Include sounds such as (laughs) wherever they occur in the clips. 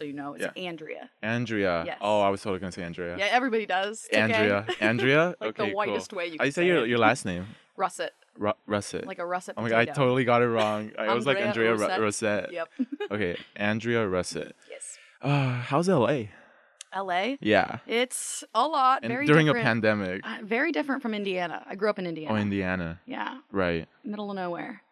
you know. It's Andrea. Andrea. Yes. Oh, I was totally gonna say Andrea. Yeah, everybody does. It's okay. (laughs) Andrea. Andrea. like okay, the cool. whitest way you I can say your it. your last name. russet, Ru- Russet. like a russet. oh my god, I potato. totally got it (laughs) wrong. I was like Andrea Andrea Ru- Russet. Russet. Yep. (laughs) Okay, Andrea Russet. yes. Uh, how's LA? L.A. Yeah. It's a lot. And very during a different, pandemic. uh, very different from Indiana. I grew up in Indiana. Oh, Indiana. yeah, Right. middle of nowhere.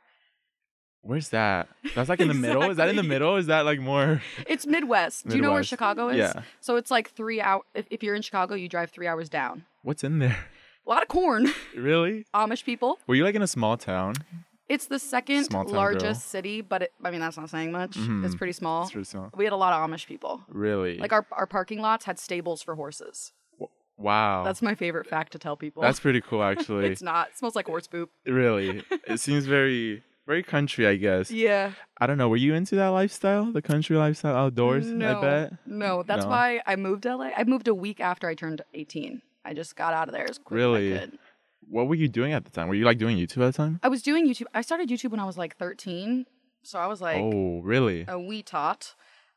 Where's that? That's like (laughs) in the middle. Is that in the Exactly. middle? Is that like more? (laughs) It's Midwest. Do you know where Midwest. Chicago is? Yeah. So it's like three hour. If, if you're in Chicago, you drive three hours down. What's in there? A lot of corn. (laughs) Really? Amish people. Were you like in a small town? It's the second Small town girl. largest city, but it, I mean that's not saying much. It's Mhm. pretty small. It's really small. We had a lot of Amish people. Really? Like our our parking lots had stables for horses. wow. That's my favorite fact to tell people. (laughs) Oh. That's pretty cool, actually. it's not. It smells like horse poop. really. It seems very, very country, I guess. Yeah. I don't know. Were you into that lifestyle? The country lifestyle outdoors, no, I bet? No, that's No. why I moved to LA. I moved a week after I turned 18. I just got out of there as quick Really? as I could. What were you doing at the time? Were you like doing YouTube at the time? I was doing YouTube. I started YouTube when I was like 13. So I was like oh, really? a wee tot.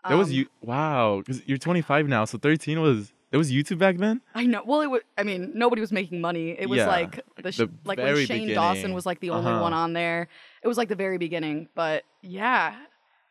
that was Um, you. Wow. Because you're 25 now. So 13 was, there was YouTube back then? I know. Well, it was. I mean, nobody was making money. It was Yeah, like the, sh- the like when very Shane Dawson beginning. was like the only Uh-huh. one on there. It was like the very beginning. But yeah,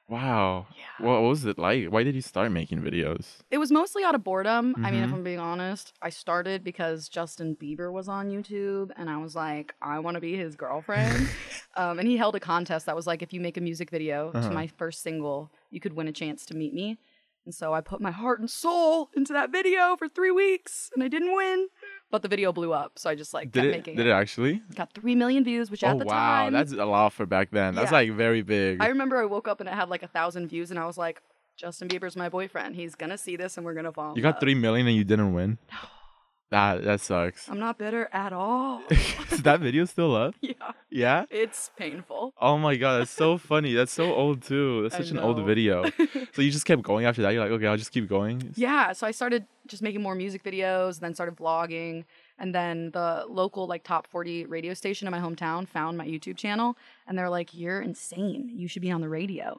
Wow. Yeah. What was it like? Why did you start making videos? it was mostly out of boredom. I mean, if Mhm. I'm being honest, I started because Justin Bieber was on YouTube, and I was like, I want to be his (laughs) girlfriend. um, and he held a contest that was like, if you make a music video Uh-huh. to my first single, you could win a chance to meet me. And so I put my heart and soul into that video for three weeks, and I didn't win. But the video blew up, so I just like Did kept it, making did it actually? Got three million views, which oh, at the wow. time That's a lot for back then. That's Yeah. like very big. I remember I woke up and it had like a thousand views, and I was like, Justin Bieber's my boyfriend. He's gonna see this, and we're gonna fall. in You got love. three million and you didn't (sighs) win. That that sucks. I'm not bitter at all. (laughs) (laughs) Is that video still up? yeah, Yeah. it's painful. Oh my god, that's so funny. That's so old too. That's I such an old know. (laughs) video. So you just kept going after that. You're like, okay, I'll just keep going. Yeah, so I started just making more music videos, and then started vlogging, and then the local like top 40 radio station in my hometown found my YouTube channel, and they're like, "You're insane. You should be on the radio."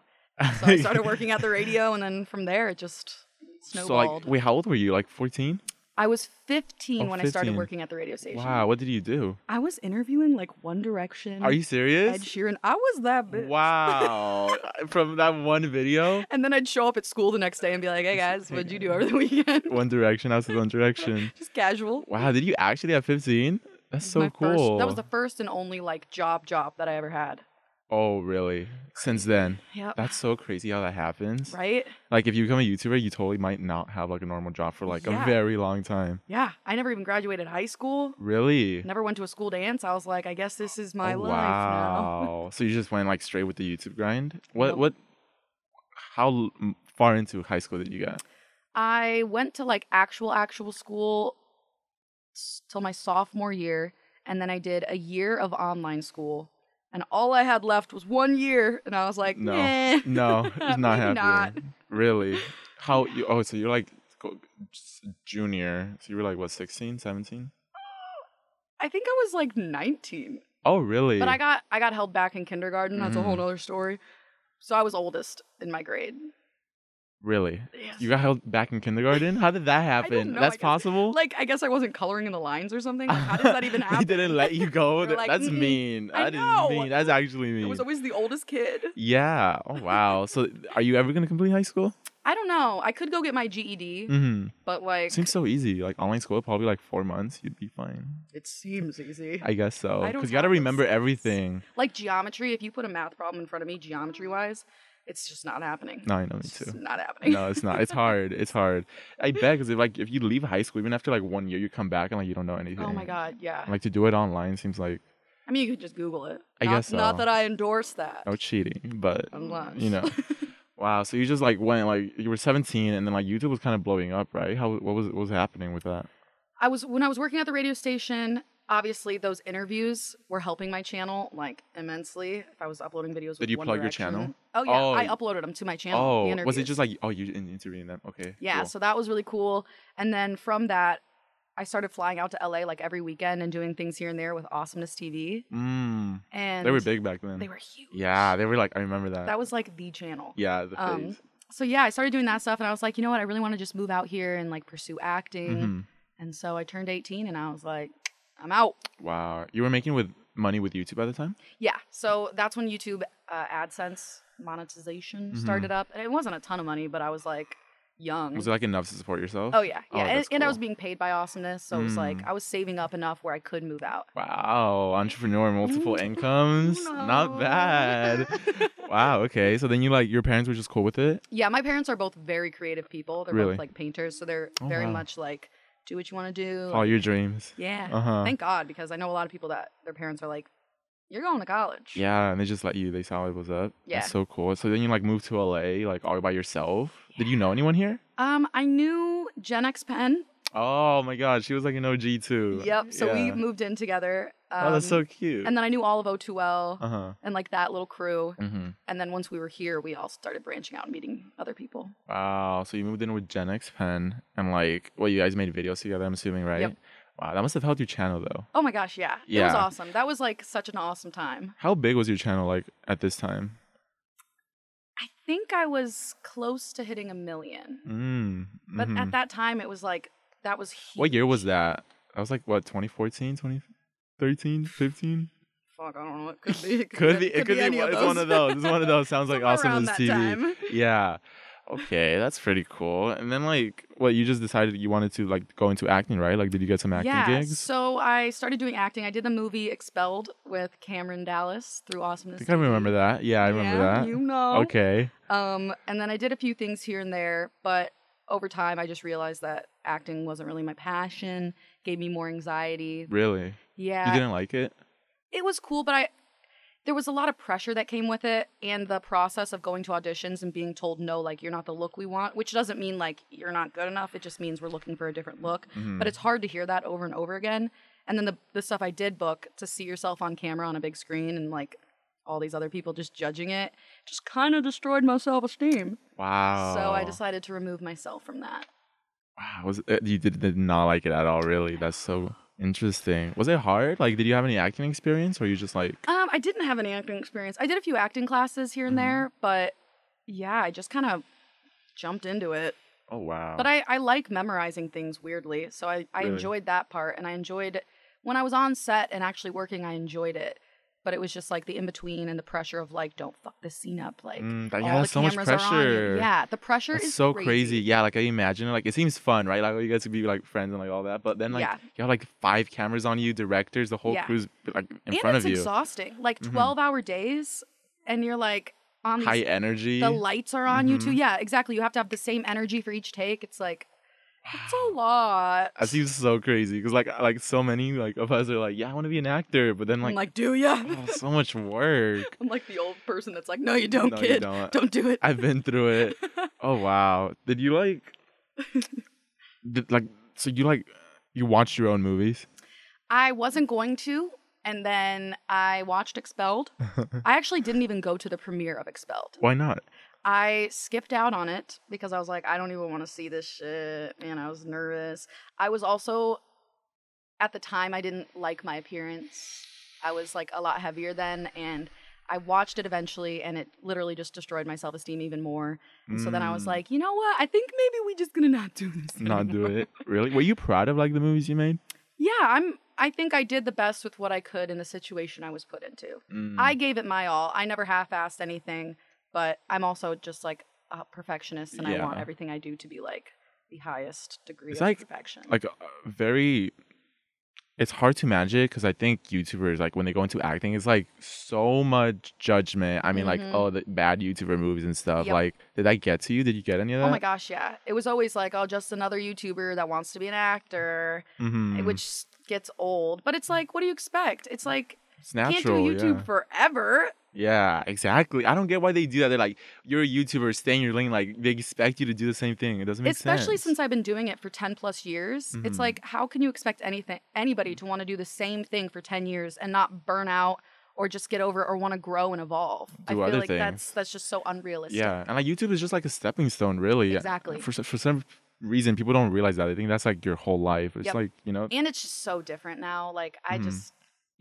So I (laughs) started working at the radio, and then from there it just So snowballed. like, wait, how old were you? Like 14? I was 15 Oh, when I started 15. working at the radio station. Wow, what did you do? I was interviewing like One Direction. Are you Ed serious? Sheeran? I was that bitch. Wow. (laughs) From that one video, And then I'd show up at school the next day and be like, "Hey guys, Hey what'd you do over the (laughs) weekend?" One Direction, I was with One Direction. Just casual. Wow, did you actually at 15? That's so My first- cool. that was the first and only like job job that I ever had. Oh, really? Since then. Yeah. That's so crazy how that happens. right. Like if you become a YouTuber, you totally might not have like a normal job for like Yeah. a very long time. Yeah. I never even graduated high school. Really? Never went to a school dance. I was like, I guess this is my Oh, life now. wow. so you just went like straight with the YouTube grind? What Nope. what how l- m- far into high school did you get? I went to like actual actual school s- till my sophomore year, and then I did a year of online school, and all I had left was one year, and I was like, No. "Nah." (laughs) No, it's not Maybe happening. not. (laughs) Really? How you Oh, so you're like co- s- junior. So you were like what 16, 17? I think I was like 19, Oh, really? but I got I got held back in kindergarten. That's a whole Mhm. nother story. So I was oldest in my grade. really. Yes. You got held back in kindergarten? How did that don't happen? know, That's (laughs) I guess- possible? (laughs) like I guess I wasn't coloring in the lines or something. Like, how does that even happen? they didn't let you (laughs) go. They're Th- like, That's "Mm-mm, mean. I That is know." mean. (laughs) That's actually I mean. was always the oldest kid. yeah. Oh wow. So are you ever gonna complete high school? I don't know. I could go get my GED, Mm-hmm. but like Seems so easy. Like online school, probably like four months, you'd be fine. it seems easy. I guess so. I don't Because you gotta have those remember skills. everything. like geometry if you put a math problem in front of me geometry wise it's just not happening No, I know me it's just (laughs) too. not happening No, it's not. It's hard. It's hard. I bet because if like if you leave high school, even after like one year, you come back and like you don't know anything. oh my god yeah Like to do it online seems like i mean you could just google it I not, guess not so. that i endorse that no cheating, but unless you (laughs) know. Wow, so you just like went like you were 17 and then like YouTube was kind of blowing up, right? How what was what was happening with that? i was when i was working at the radio station obviously those interviews were helping my channel like immensely if i was uploading videos with you One plug your Direction. channel? oh yeah Oh, i y- uploaded them to my channel the Oh, was it interviews. just like oh you in- interviewing them? Okay. yeah cool. so that was really cool and then from that i started flying out to la like every weekend and doing things here and there with awesomeness tv Mm, and they were big back then. they were huge Yeah, they were like I remember that. That was like the channel. yeah, the phase. Um, so yeah, I started doing that stuff, and I was like, you know what? I really want to just move out here and like pursue acting. hmm And so I turned 18, and I was like, I'm out. Wow. You were making with money with YouTube at the time? Yeah. So that's when YouTube uh, AdSense monetization Mhm. started up, and it wasn't a ton of money, but I was like young. Was it like enough to support yourself? Oh yeah, Oh, yeah, and, that's and I cool. was being paid by awesomeness, so it was like Mm. I was saving up enough where I could move out. Wow, entrepreneur, multiple (laughs) Mm. incomes. Not No. bad. wow, okay. So then you like your parents were just cool with it? (laughs) Yeah, my parents are both very creative people. They're Really? both like painters, so they're Oh, very wow. much like do what you want to do. All like- your dreams. yeah. Uh-huh. Thank God, because I know a lot of people that their parents are like, "You're going to college." Yeah, and they just let you they saw it was up. Yeah. That's so cool. So then you like moved to LA like all by yourself. Did you know anyone here? Um, I knew Gen X Pen. Oh my god, she was like an OG too. Yep. So we Yeah. moved in together. Um, Oh, that's so cute. And then I knew all of O2L uh-huh. and like that little crew. hmm And then once we were here, we all started branching out and meeting other people. Wow. So you moved in with Gen X Pen and like well you guys made videos together, I'm assuming, right? Yep. Wow, that must have helped your channel though. Oh my gosh, yeah. It was Yeah. awesome. That was like such an awesome time. How big was your channel like at this time? I think I was close to hitting a million. Mm. But mhm. at that time, it was like, that was huge. What year was that? That was like what 2014, 2013, 15? Fuck, I don't know. It could be. It (laughs) Could be. It could be. any one- of It's one of those. It's one of those. Sounds like (laughs) Somewhere awesome around is that TV. time. (laughs) Yeah. Okay, that's pretty cool. And then like, what you just decided you wanted to like go into acting, right? Like, did you get some acting yeah, gigs? so I started doing acting. I did the movie Expelled with Cameron Dallas through I Awesomeness. think I remember that. Yeah, I remember that. You know. Okay. Um, and then I did a few things here and there, but over time I just realized that acting wasn't really my passion. Gave me more anxiety. Really? Yeah, You didn't like it? it was cool, but I there was a lot of pressure that came with it, and the process of going to auditions and being told no, like you're not the look we want, which doesn't mean like you're not good enough. It just means we're looking for a different look. Mm-hmm. But it's hard to hear that over and over again. And then the the stuff I did book to see yourself on camera on a big screen and like all these other people just judging it just kind of destroyed my self esteem. Wow. So I decided to remove myself from that. Wow. Was it, you did, did not like it at all? Really? That's so interesting. Was it hard? Like, did you have any acting experience, or you just like? Um, I didn't have any acting experience. I did a few acting classes here and Mhm. there, but yeah, I just kind of jumped into it. Oh wow. But I, I like memorizing things weirdly. So I, I Really? enjoyed that part. And I enjoyed when I was on set and actually working, I enjoyed it. But it was just like the in between and the pressure of like, don't fuck this scene up. Like, Mm, that- all yeah, the that's so much cameras are on you. pressure. Yeah, the pressure That's is so crazy. Yeah, like I imagine it. Like it seems fun, right? Like you guys to be like friends and like all that. But then like Yeah. you have like five cameras on you, directors, the whole Yeah. crew's like in and front it's of you. exhausting. Like Mhm. 12 hour days, and you're like on these High energy. the lights are on you too. Mhm. Yeah, exactly. You have to have the same energy for each take. It's like it's (sighs) a lot. that seems so crazy because like like so many like of us are like, yeah, I want to be an actor, but then I'm like, like, do ya? oh, so much work. (laughs) I'm like the old person that's like, no, you don't, No, you kid. don't. do it. I've been through (laughs) it. Oh wow. Did you like? Did, like so you like you watched your own movies? I wasn't going to, and then I watched (laughs) Expelled. I actually didn't even go to the premiere of Expelled. Why not? I skipped out on it because I was like, I don't even want to see this shit. Man, I was nervous. I was also, at the time, I didn't like my appearance. I was like a lot heavier then, and I watched it eventually, and it literally just destroyed my self esteem even more. And so then I was Mm, like, you know what? I think maybe we just gonna not do this. not do anymore." (laughs) it. Really? Were you proud of like the movies you made? Yeah, I'm. I think I did the best with what I could in the situation I was put into. Mm. I gave it my all. I never half-assed anything, but I'm also just like a perfectionist, and I want Yeah. everything I do to be like the highest degree It's of like- perfection. like uh, very it's hard to manage it because i think youtubers like when they go into acting it's like so much judgment i mean Mhm. like oh the bad youtuber movies and stuff Yep. like did that get to you did you get any of that oh my gosh, yeah. It was always like, oh, just another YouTuber that wants to be an actor, eh, Mhm. which gets old. But it's like, what do you expect? It's like it's Mm. natural can't do YouTube yeah. forever. yeah exactly i don't get why they do that they're like you're a youtuber stay in your lane like they expect you to do the same thing it doesn't make especially sense since I've been doing it for 10 plus years. It's Mhm. like how can you expect anything anybody to want to do the same thing for 10 years and not burn out or just get over or want to grow and evolve? I Do feel other like that's that's just so unrealistic. yeah and like youtube is just like a stepping stone really uh, Exactly. for, s- for some reason people don't realize that i think that's like your whole life it's Yep. like you know And it's just so different now. Like I Mhm. just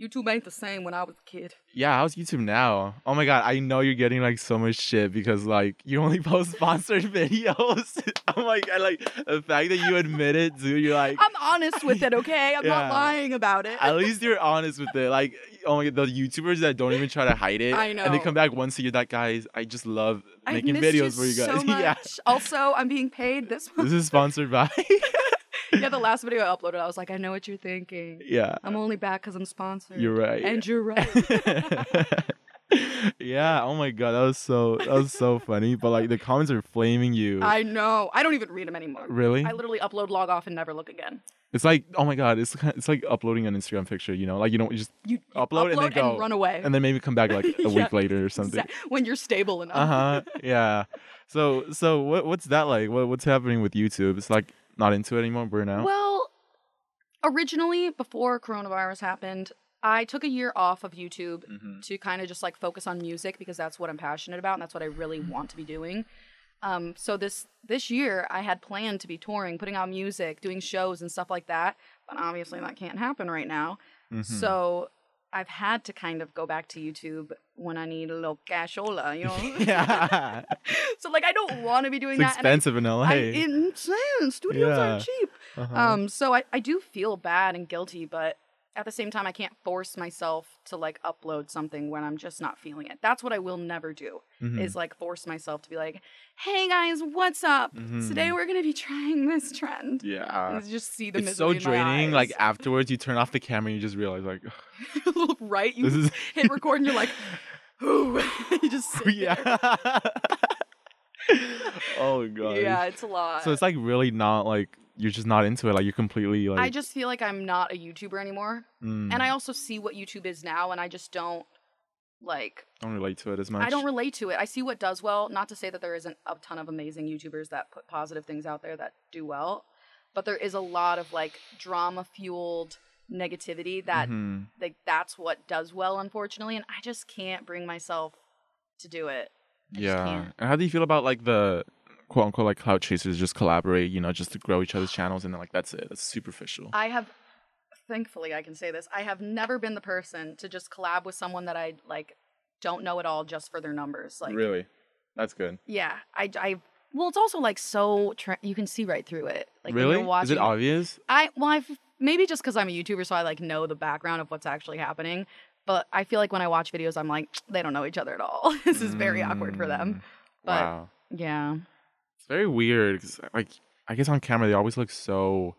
YouTube ain't the same when I was a kid. Yeah, how's YouTube now? Oh my god, I know you're getting like so much shit because like you only (laughs) post sponsored videos. (laughs) oh my god, like the fact that you admit it, dude, you're like I'm honest with it, (laughs) okay? I'm not Yeah. lying about it. at least you're honest with it. Like oh my the YouTubers that don't even try to hide it. I And know. they come back once a year that guys, I just love I making missed videos for you guys. (laughs) So much. yeah. Also, I'm being paid this month. (laughs) This is sponsored by (laughs) yeah, the last video I uploaded, I was like, I know what you're thinking. (laughs) Yeah. I'm only back because I'm sponsored. You're right. And you're right. (laughs) yeah, oh my god, that was so that was so funny. But like the comments are flaming you. I know. I don't even read them anymore. really? I literally upload, log off, and never look again. It's like, oh my god, it's kind- it's like uploading an Instagram picture, you know, like you don't just You, you Upload and then go. run away. (laughs) and then maybe come back like a Yeah. week later or something. Exact- when you're stable enough. Uh huh. Yeah. So so what what's that like? What what's happening with YouTube? It's like not into it anymore. Burnout. Well, originally, before coronavirus happened, I took a year off of YouTube Mm. to kind of just like focus on music because that's what I'm passionate about and that's what I really want to be doing. Um, so this this year, I had planned to be touring, putting out music, doing shows and stuff like that. But obviously, that can't happen right now. Mhm. So I've had to kind of go back to YouTube when I need a little cashola, you (laughs) know. (laughs) (laughs) yeah. so like, I don't want to be doing It's that. and I expensive in LA. I, insane. Studios Yeah. aren't cheap. Uh-huh. Um, so I, I do feel bad and guilty, but at the same time, I can't force myself to like upload something when I'm just not feeling it. That's what I will never do Mhm. is like force myself to be like, hey guys, what's up? Today we're gonna be (laughs) trying this trend. Mm-hmm. yeah. And just see the It's so misery in my draining. Like eyes. afterwards, you turn off the camera and you just realize like, (laughs) (laughs) right? You this (laughs) is (laughs) hit record and you're like, ooh, (laughs) you just sit yeah. (laughs) oh god. there. yeah, it's a lot. So it's like really not like you're just not into it. Like you're completely like. I just feel like I'm not a YouTuber anymore, mm, and I also see what YouTube is now, and I just don't like don't relate to it as much. I don't relate to it. I see what does well. Not to say that there isn't a ton of amazing YouTubers that put positive things out there that do well, but there is a lot of like drama fueled negativity that Mhm. like that's what does well, unfortunately. And I just can't bring myself to do it. I just Yeah. can't. And how do you feel about like the quote unquote like cloud chasers just collaborate, you know, just to grow each other's channels and then like that's it. That's superficial. I have, thankfully, I can say this. I have never been the person to just collab with someone that I like don't know at all just for their numbers. Like, really? That's good. yeah, I, I. Well, it's also like so tra- you can see right through it. Like when really? you're watching, Is it obvious? I well, I've maybe just because I'm a YouTuber, so I like know the background of what's actually happening. But I feel like when I watch videos, I'm like, they don't know each other at all. (laughs) (laughs) this is very awkward for them. But Mm. wow. yeah, It's very weird 'cause, like I guess on camera they always look so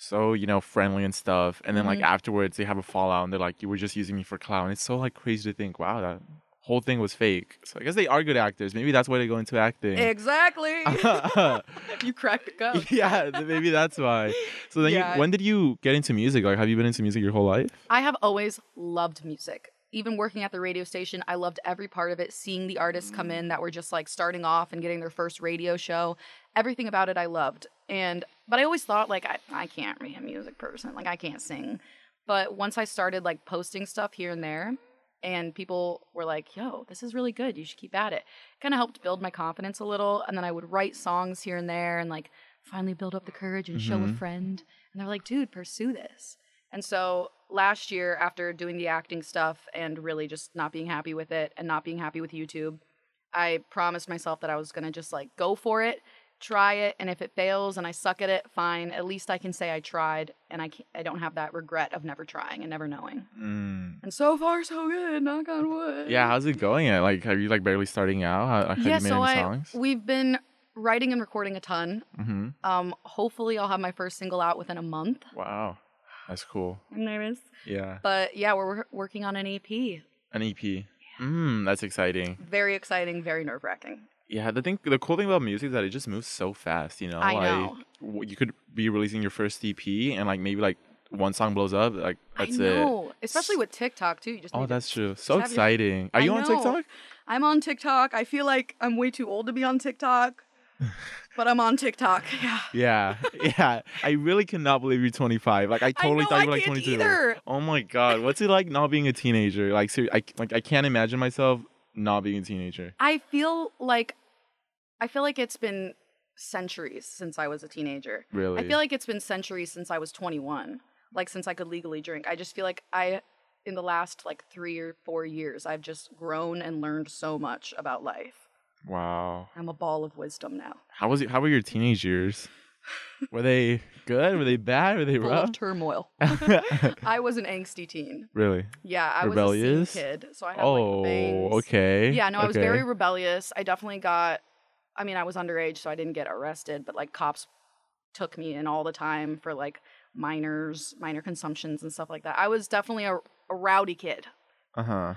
so, you know, friendly and stuff. And then like Mhm. afterwards they have a fallout and they're like, You were just using me for clout. And it's so like crazy to think, wow, that whole thing was fake. So I guess they are good actors. Maybe that's why they go into acting. (laughs) exactly. (laughs) you cracked the code. (laughs) yeah, th- maybe that's why. So then, Yeah. you, when did you get into music? Like, have you been into music your whole life? I have always loved music. Even working at the radio station, I loved every part of it. Seeing the artists come in that were just like starting off and getting their first radio show, everything about it I loved. And but I always thought like I, I can't be a music person, like I can't sing. But once I started like posting stuff here and there, and people were like, "Yo, this is really good. You should keep at it." Kind of helped build my confidence a little, and then I would write songs here and there, and like finally build up the courage and show a Mhm. friend. And they're like, "Dude, pursue this." And so last year, after doing the acting stuff and really just not being happy with it and not being happy with YouTube, I promised myself that I was gonna just like go for it, try it, and if it fails and I suck at it, fine. At least I can say I tried, and I can I don't have that regret of never trying and never knowing. And so far, so good. Knock on wood. Yeah, how's it going? Uh, Like, have you like barely starting out? How, have yeah. you made So any I songs? we've been writing and recording a ton. hmm Um, hopefully, I'll have my first single out within a month. Wow, that's cool. I'm nervous, Yeah, but yeah, we're wor- working on an E EP. an EP. Mm, that's exciting. Very exciting, very nerve wracking. Yeah, the thing, the cool thing about music is that it just moves so fast. You know, I like know. W- you could be releasing your first EP and like maybe like one song blows up, like I that's it. know, especially with TikTok too. You just Oh, need to- that's true. So have your- exciting. Are I you on know. TikTok? I'm on TikTok. I feel like I'm way too old to be on (laughs) TikTok, but I'm on TikTok. (laughs) Yeah. Yeah, yeah. I really cannot believe you're 25. Like I totally know, thought I you were like can't 22. either. Oh my god, what's it like not being a teenager? Like, ser- I like I can't imagine myself not being a teenager. I feel like I feel like it's been centuries since I was a teenager. Really? I feel like it's been centuries since I was 21, like since I could legally drink. I just feel like I in the last like three or four years, I've just grown and learned so much about life. Wow. I'm a ball of wisdom now, How was it? How were your teenage years? Were they good? Were they bad? Were they full rough? of turmoil. (laughs) I was an angsty teen. (laughs) really? Yeah, I Rebellious? was a scene kid, so I had Oh, like bangs. okay. Yeah, no, I was okay. very rebellious. I definitely got. I mean, I was underage, so I didn't get arrested, but like cops took me in all the time for like minors, minor consumptions and stuff like that. I was definitely a, a rowdy kid. Uh-huh.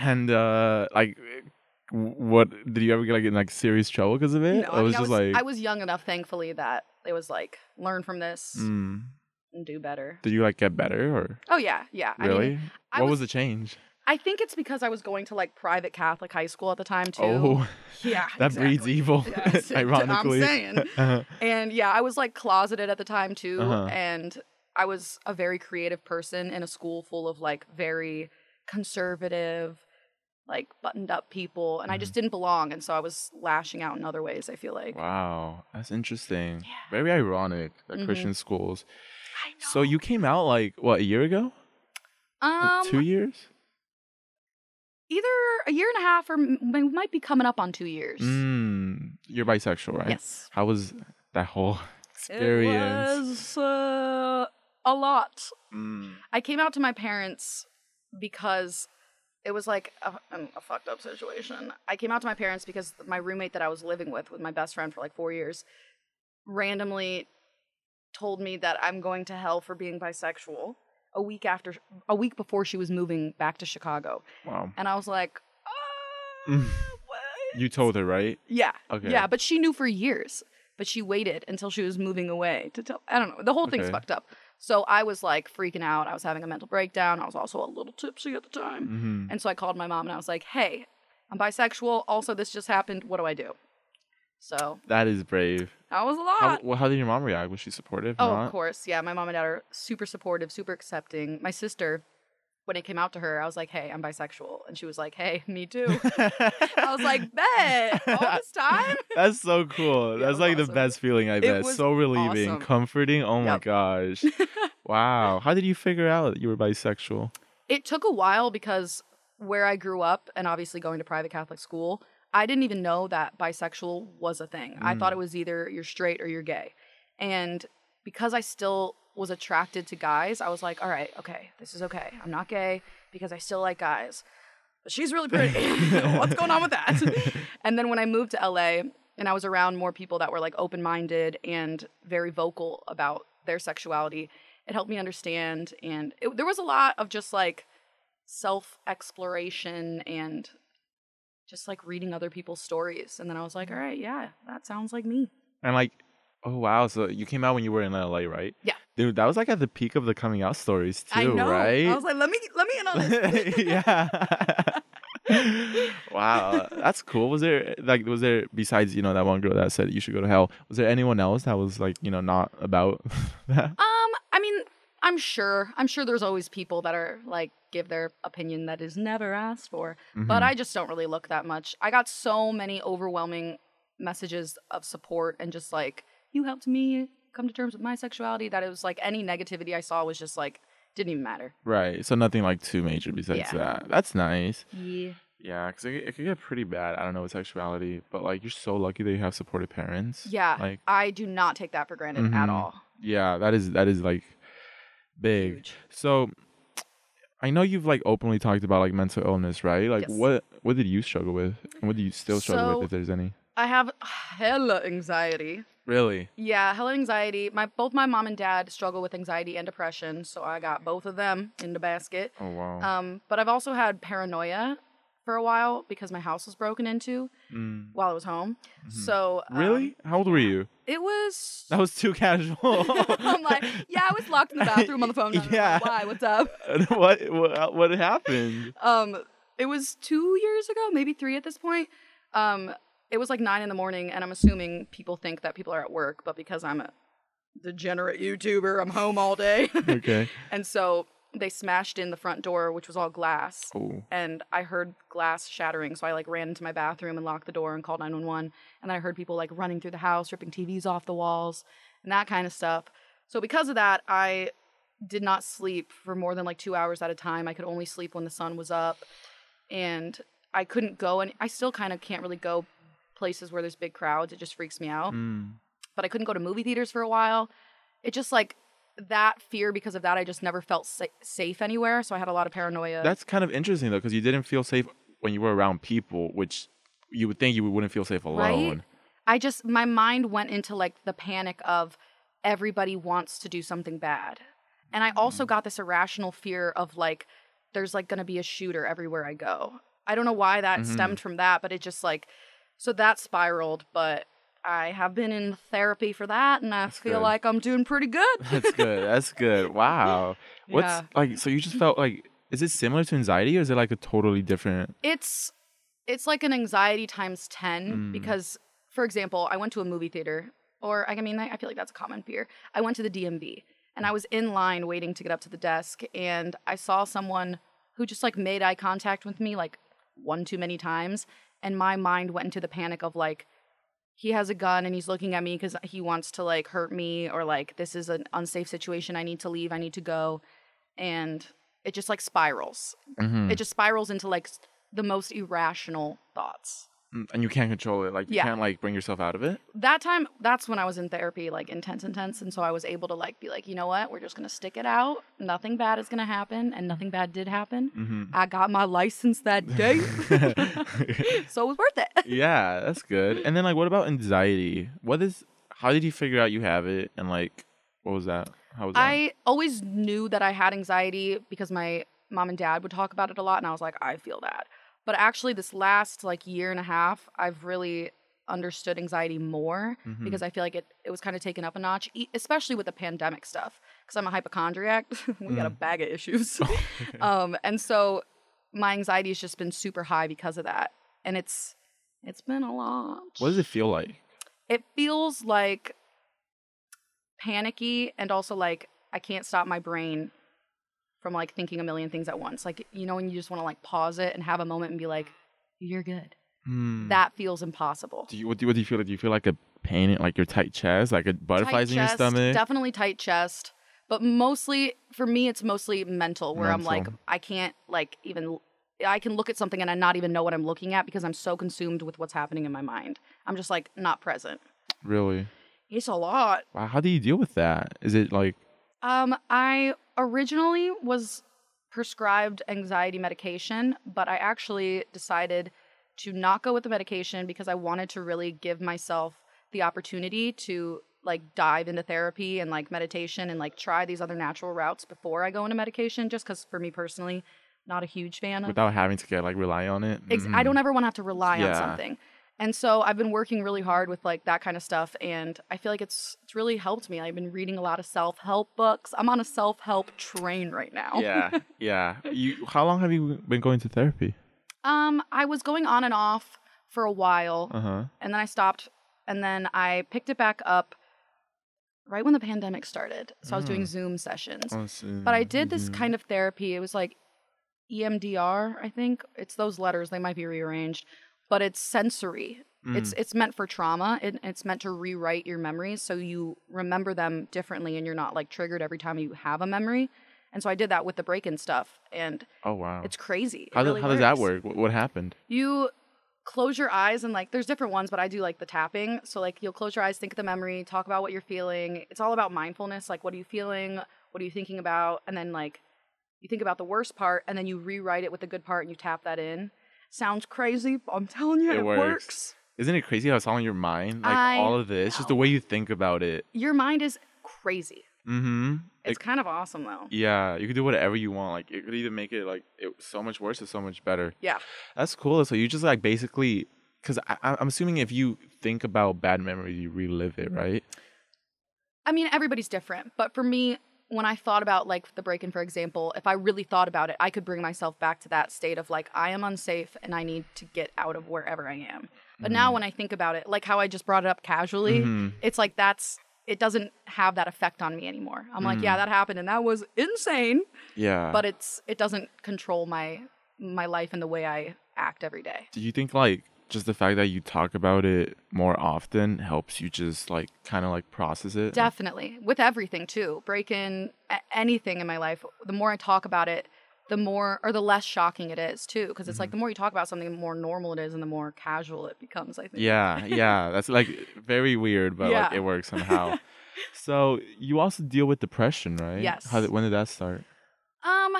And uh like w- what did you ever get like in like serious trouble because of it? No, Or I, Eh, was mean, I was just like I was young enough, thankfully, that it was like learn from this mm, and do better. did you like get better or Oh yeah, yeah. I really? mean, I what was- was, the change? I think it's because I was going to like private Catholic high school at the time too. Oh, yeah, that breeds exactly. evil. (laughs) (laughs) Yes, ironically, I'm saying. Uh-huh. (laughs) (laughs) And yeah, I was like closeted at the time too. Uh-huh. And I was a very creative person in a school full of like very conservative, like buttoned up people. And I just didn't belong. And so I was lashing out in other ways, I feel like. Mm-hmm. Wow, that's interesting. Yeah. Very ironic that Mhm. Christian schools. I know. So you came out like what a year ago? um, Two years? either a year and a half or m- we might be coming up on two years. Mm, you're bisexual, right? Yes. How was (laughs) that whole experience? It was uh, a lot. Mm. I came out to my parents because it was like a, um, a fucked up situation. I came out to my parents because my roommate that I was living with, with my best friend for like four years, randomly told me that I'm going to hell for being bisexual a week after a week before she was moving back to Chicago, Wow. and I was like, uh, Mm. what? You told her, right? yeah, Okay. yeah, but she knew for years. But she waited until she was moving away to tell. I don't know. The whole thing's Okay. fucked up. So I was like freaking out. I was having a mental breakdown. I was also a little tipsy at the time. Mm-hmm. And so I called my mom and I was like, hey, I'm bisexual. Also, this just happened. What do I do? So That is brave. that was a How, lot. well, how did your mom react? Was she supportive? Uh, oh, Not? of course. Yeah. My mom and dad are super supportive, super accepting. My sister, when it came out to her, I was like, hey, I'm bisexual. And she was like, hey, me (laughs) too. I was like, bet. All this time? That's so cool. (laughs) Yeah, it That's was like the awesome. best feeling I bet. was So relieving, awesome. comforting. Oh my Yep. (laughs) gosh. wow. How did you figure out that you were bisexual? it took a while because where I grew up and obviously going to private Catholic school, I didn't even know that bisexual was a thing. I thought it was either you're straight or you're gay. And because I still was attracted to guys, I was like, all right, okay, this is okay. I'm not gay because I still like guys. But she's really pretty. (laughs) What's going on (laughs) with (laughs) that? and then when I moved to LA and I was around more people that were like open minded and very vocal about their sexuality, it helped me understand. And it, there was a lot of just like self exploration and just like reading other people's stories. And then I was like, all right, yeah, that sounds like me. And like, oh wow. So you came out when you were in LA, right? Yeah. Dude, that was like at the peak of the coming out stories too, I know. right? I was like, let me let me in on this. (laughs) (laughs) yeah. wow, that's cool. Was there like was there besides you know that one girl that said you should go to hell? Was there anyone else that was like you know not about (laughs) that? Um, I mean, I'm sure. I'm sure there's always people that are like give their opinion that is never asked for. Mm-hmm. But I just don't really look that much. I got so many overwhelming messages of support and just like you helped me come to terms with my sexuality that it was like any negativity I saw was just like didn't even matter. right, so nothing like too major besides Yeah. that. That's nice. Yeah. Yeah, because it, it could get pretty bad. I don't know with sexuality, but like you're so lucky that you have supportive parents. Yeah. Like I do not take that for granted at Mhm. all. yeah, that is that is like big. Huge. So I know you've like openly talked about like mental illness, right? Like Yes. what what did you struggle with? And what do you still struggle So- with if there's any? I have (sighs) hella anxiety. Really? Yeah, hella anxiety. My both my mom and dad struggle with anxiety and depression, so I got both of them in the basket. Oh wow. Um, but I've also had paranoia for a while because my house was broken into Mm. while I was home. So um, Really? How old were you? it (laughs) was. That was too casual. (laughs) (laughs) I'm like, yeah, I was locked in the bathroom on the phone. Yeah. Yeah. Why? What's up? what, what what happened? Um, it was two years ago, maybe three at this point. Um, it was like nine in the morning, and I'm assuming people think that people are at work, but because I'm a degenerate YouTuber, I'm home all day. (laughs) Okay. and so they smashed in the front door, which was all glass. Oh. and I heard glass shattering. So I like ran into my bathroom and locked the door and called 911. And I heard people like running through the house, ripping TVs off the walls and that kind of stuff. So because of that, I did not sleep for more than like two hours at a time. I could only sleep when the sun was up, and I couldn't go. And I still kind of can't really go places where there's big crowds. It just freaks me out. Mm. But I couldn't go to movie theaters for a while. It just like that fear because of that. I just never felt sa- safe anywhere, so I had a lot of paranoia. That's kind of interesting though, because you didn't feel safe when you were around people, which you would think you wouldn't feel safe alone. (laughs) I just my mind went into like the panic of everybody wants to do something bad. And I Mm-hmm. also got this irrational fear of like there's like going to be a shooter everywhere I go. I don't know why that Mhm. stemmed from that, but it just like so that spiraled, but I have been in therapy for that and I That's feel good. like I'm doing pretty good. (laughs) That's good. (laughs) That's good. Wow. What's Yeah. like? So you just felt like? Is it similar to anxiety, or is it like a totally different? it's it's like an anxiety times 10 Mm. because for example i went to a movie theater or i mean i feel like that's a common fear i went to the dmv and i was in line waiting to get up to the desk and i saw someone who just like made eye contact with me like one too many times and my mind went into the panic of like he has a gun and he's looking at me because he wants to like hurt me or like this is an unsafe situation i need to leave i need to go and it just like spirals Mhm. it just spirals into like s- the most irrational thoughts Mm, and you can't control it. Like you Yeah. can't like bring yourself out of (laughs) it. (laughs) that time that's when i was in therapy like intense intense and so i was able to like be like you know what we're just gonna stick it out nothing bad is gonna happen and nothing bad did happen Mhm. i got my license that day (laughs) so it was worth it yeah, that's good. And then like, what about anxiety? What is? How did you figure out you have it? And like, what was that? How was that? i always knew that i had anxiety because my mom and dad would talk about it a lot and i was like i feel that but actually this last like year and a half i've really understood anxiety more Mhm. because I feel like it, it was kind of taken up a notch, e- especially with the pandemic stuff. Because I'm a hypochondriac, (laughs) we got a Mm. bag of (laughs) issues, (laughs) um, and so my anxiety has just been super high because of that, and it's it's been a lot. what does it feel like? It feels like panicky, and also like I can't stop my brain from like thinking a million things at once. Like you know, when you just want to like pause it and have a moment and be like, "You're good." Hmm. That feels impossible. Do you what, do what do you feel like? Do you feel like a pain in like your tight chest, like a tight butterflies in your chest, stomach? Definitely tight chest, but mostly for me, it's mostly mental, where I'm like, Mental. I can't like even. I can look at something and I not even know what I'm looking at because I'm so consumed with what's happening in my mind. I'm just like not present. really? It's a lot. Wow. How do you deal with that? Is it like? Um, I originally was prescribed anxiety medication, but I actually decided to not go with the medication because I wanted to really give myself the opportunity to like dive into therapy and like meditation and like try these other natural routes before I go into medication just cuz for me personally not a huge fan of without having to get like rely on it. Uh, Mm-hmm. Ex- I don't ever want to have to rely on Yeah. something. And so I've been working really hard with like that kind of stuff and I feel like it's it's really helped me. I've been reading a lot of self-help books. I'm on a self-help train right now. (laughs) yeah, yeah. You, how long have you been going to therapy? Um I was going on and off for a while Uh huh. and then I stopped and then I picked it back up right when the pandemic started. So I was Mm. doing Zoom sessions. Oh, But I did mm-hmm. this kind of therapy. It was like E EMDR, I think. It's those letters, they might be rearranged, but it's sensory. Mm, It's it's meant for trauma. It, it's meant to rewrite your memories so you remember them differently and you're not like triggered every time you have a memory. And so I did that with the break-in stuff and Oh wow. it's crazy. It how, do- really how does that works. work? What, what happened? You close your eyes and like there's different ones, but I do like the tapping. So like you'll close your eyes, think of the memory, talk about what you're feeling. It's all about mindfulness, like what are you feeling? What are you thinking about? And then like you think about the worst part and then you rewrite it with the good part and you tap that in. Sounds crazy, but I'm telling you It it, works. works. Isn't it crazy how it's all in your mind? Like I all of this, just the know. way you think about it. Your mind is crazy. Mm-hmm. It's kind of awesome though. yeah, you could do whatever you want. Like it could either make it like it so much worse or so much better. Yeah. That's cool. So you just like basically, because I'm assuming if you think about bad memories, you relive Mm-hmm. it, right? I mean, everybody's different, but for me, when I thought about like the break in, for example, if I really thought about it, I could bring myself back to that state of like, I am unsafe and I need to get out of wherever I am. But now when I think about it, like how I just brought it up casually, it's like that's, it doesn't have that effect on me anymore. I'm like, yeah, that happened and that was insane, Yeah. but it's, it doesn't control my, my life and the way I act every day. do you think like just the fact that you talk about it more often helps you just like kind of like process it. Definitely. With everything too. Break in a- anything in my life. The more I talk about it, the more or the less shocking it is too. Because it's like the more you talk about something, the more normal it is and the more casual it becomes, I think. yeah, yeah. That's like very weird, but like Yeah. it (laughs) works somehow. so you also deal with depression, right? Yes. How did, when did that start? Um,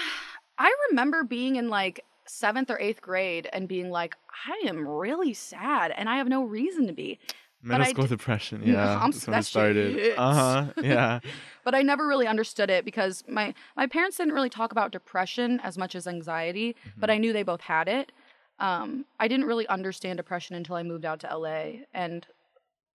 I remember being in like seventh or eighth grade and being like, I am really sad and I have no reason to be. Middle I school d- (laughs) depression. Mm, Yeah. I'm- that's when it that shit started. hits. Uh huh. (laughs) Yeah. But I never really understood it because my my parents didn't really talk about depression as much as anxiety, but I knew they both had it. Um, I didn't really understand depression until I moved out to LA and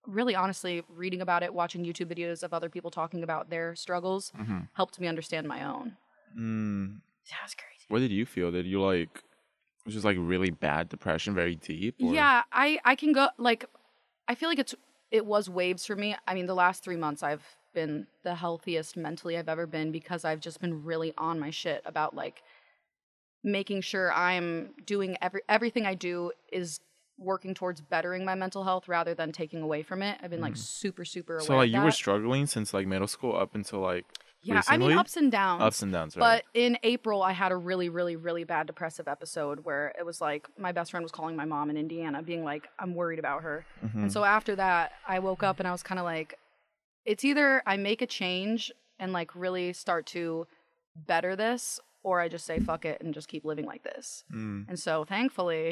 really honestly reading about it, watching YouTube videos of other people talking about their struggles Mhm. helped me understand my own. Mm. That was crazy. What did you feel? Did you like it was just like really bad depression, very deep? or- Yeah, I I can go like I feel like it's it was waves for me. I mean, the last 3 months I've been the healthiest mentally I've ever been because I've just been really on my shit about like making sure I'm doing every everything I do is working towards bettering my mental health rather than taking away from it. I've been like Mhm. super super aware So like of you were that. struggling since like middle school up until like Yeah, I recently? mean ups and downs. ups and downs, right? But in April, I had a really, really, really bad depressive episode where it was like my best friend was calling my mom in Indiana, being like, I'm worried about her. Mhm. And so after that, I woke up and I was kind of like, it's either I make a change and like really start to better this, or I just say fuck it and just keep living like this. Mm. And so thankfully,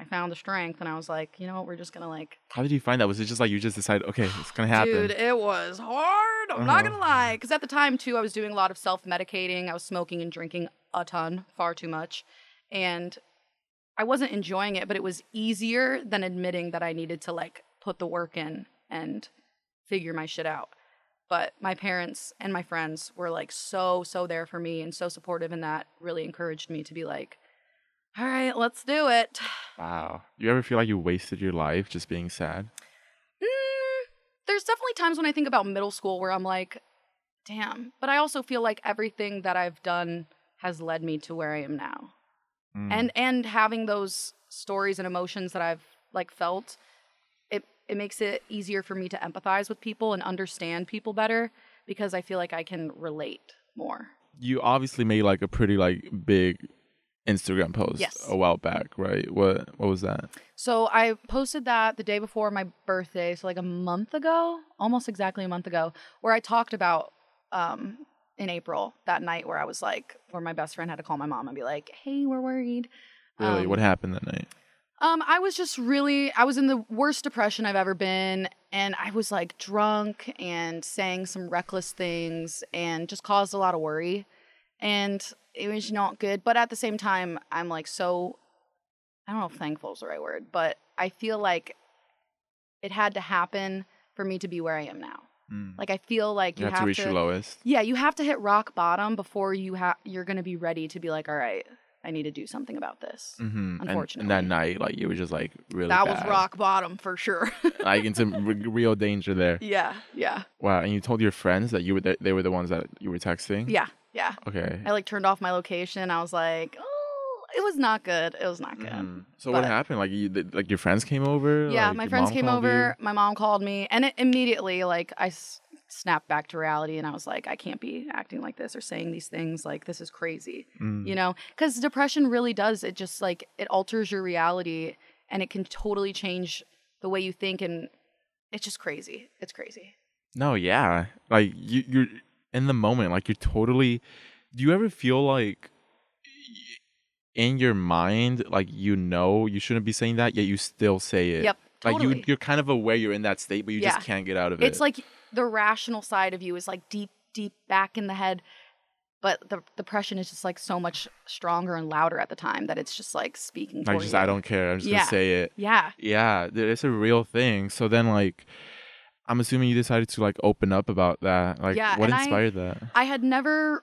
I found the strength and I was like, you know what, we're just gonna like, How did you find that? Was it just like you just decided, okay, it's gonna happen? dude, it was hard. I'm Uh-huh. not gonna lie. Because at the time, too, I was doing a lot of self medicating, I was smoking and drinking a ton, far too much. And I wasn't enjoying it, but it was easier than admitting that I needed to like put the work in and figure my shit out. But my parents and my friends were like so, so there for me and so supportive, and that really encouraged me to be like, all right, let's do it. Wow. You ever feel like you wasted your life just being sad? Mm, there's definitely times when I think about middle school where I'm like, damn. But I also feel like everything that I've done has led me to where I am now. Mm. And and having those stories and emotions that I've like felt, it it makes it easier for me to empathize with people and understand people better because I feel like I can relate more. you obviously made like a pretty like big Instagram post Yes. a while back, right? What what was that? So I posted that the day before my birthday, so like a month ago, almost exactly a month ago, where I talked about um, in April that night where I was like, where my best friend had to call my mom and be like, "Hey, we're worried." Really? Um, what happened that night? Um, I was just really, I was in the worst depression I've ever been, and I was like drunk and saying some reckless things, and just caused a lot of worry, and it was not good. But at the same time, I'm like so, I don't know if thankful is the right word, but I feel like it had to happen for me to be where I am now. Mm. Like I feel like you have, to reach your lowest. yeah, you have to hit rock bottom before you have you're gonna be ready to be like, all right, I need to do something about this. Mm-hmm. and, that Unfortunately. night, like you were just like really that was bad. rock bottom for sure. (laughs) like in some r- real danger (laughs) there. Yeah, yeah, Wow, and you told your friends that you were the, they were the ones that you were texting. yeah, yeah. Okay. I like turned off my location. I was like, oh, it was not good. It was not good. Mhm. So what um, But- happened? Like you, th- like your friends came over. Yeah, Like, my your friends mom came called over. My mom called me, and it immediately like I s- snapped back to reality, and I was like, I can't be acting like this or saying these things. Like this is crazy, you? Mm. you know? Because depression really does. It just like it alters your reality, and it can totally change the way you think, and it's just crazy. It's crazy. No, yeah. Like you, you're in the moment. Like you're totally. Do you ever feel like y- in your mind, like you know you shouldn't be saying that, yet you still say it? Yep, totally. Like you, you're kind of aware you're in that state, but you Yeah. just can't get out of it. it's like the rational side of you is like deep deep back in the head but the depression is just like so much stronger and louder at the time that it's just like speaking like for just you. I don't care. I'm just Yeah. gonna say it. yeah Yeah, th- it's a real thing. So then, like, I'm assuming you decided to like open up about that. Like, Yeah, what and I- inspired that? i had never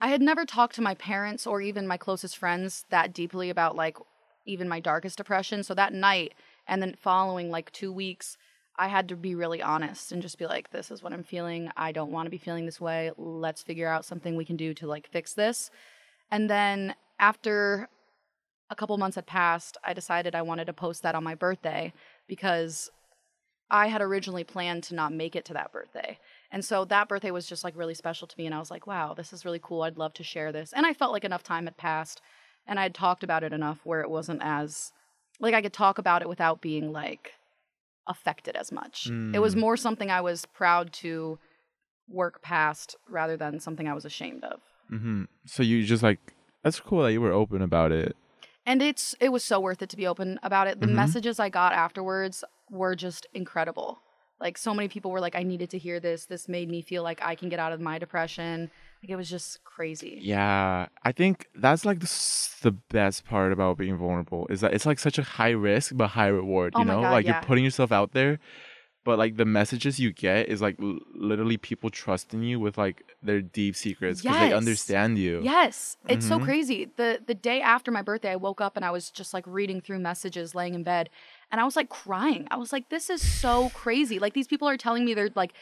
i had never talked to my parents or even my closest friends that deeply about like even my darkest depression so that night and then following like two weeks i had to be really honest and just be like this is what i'm feeling i don't want to be feeling this way let's figure out something we can do to like fix this and then after a couple months had passed, I decided I wanted to post that on my birthday because I had originally planned to not make it to that birthday. And so that birthday was just like really special to me. And I was like, wow, this is really cool. I'd love to share this. And I felt like enough time had passed and I had talked about it enough where it wasn't as, like, I could talk about it without being like affected as much. It was Mm. more something I was proud to work past rather than something I was ashamed of. hmm So you just like that's cool that you were open about it. and it's it was so worth it to be open about it the Mhm. messages i got afterwards were just incredible like so many people were like i needed to hear this this made me feel like i can get out of my depression like it was just crazy Yeah, I think that's like the, s- the best part about being vulnerable is that it's like such a high risk but high reward. Oh You my know, God, like yeah. you're putting yourself out there, but like the messages you get is like l- literally people trusting you with like their deep secrets because they Yes. understand you. yes it's so Mhm. crazy the the day after my birthday i woke up and i was just like reading through messages laying in bed and i was like crying i was like this is so crazy like these people are telling me their like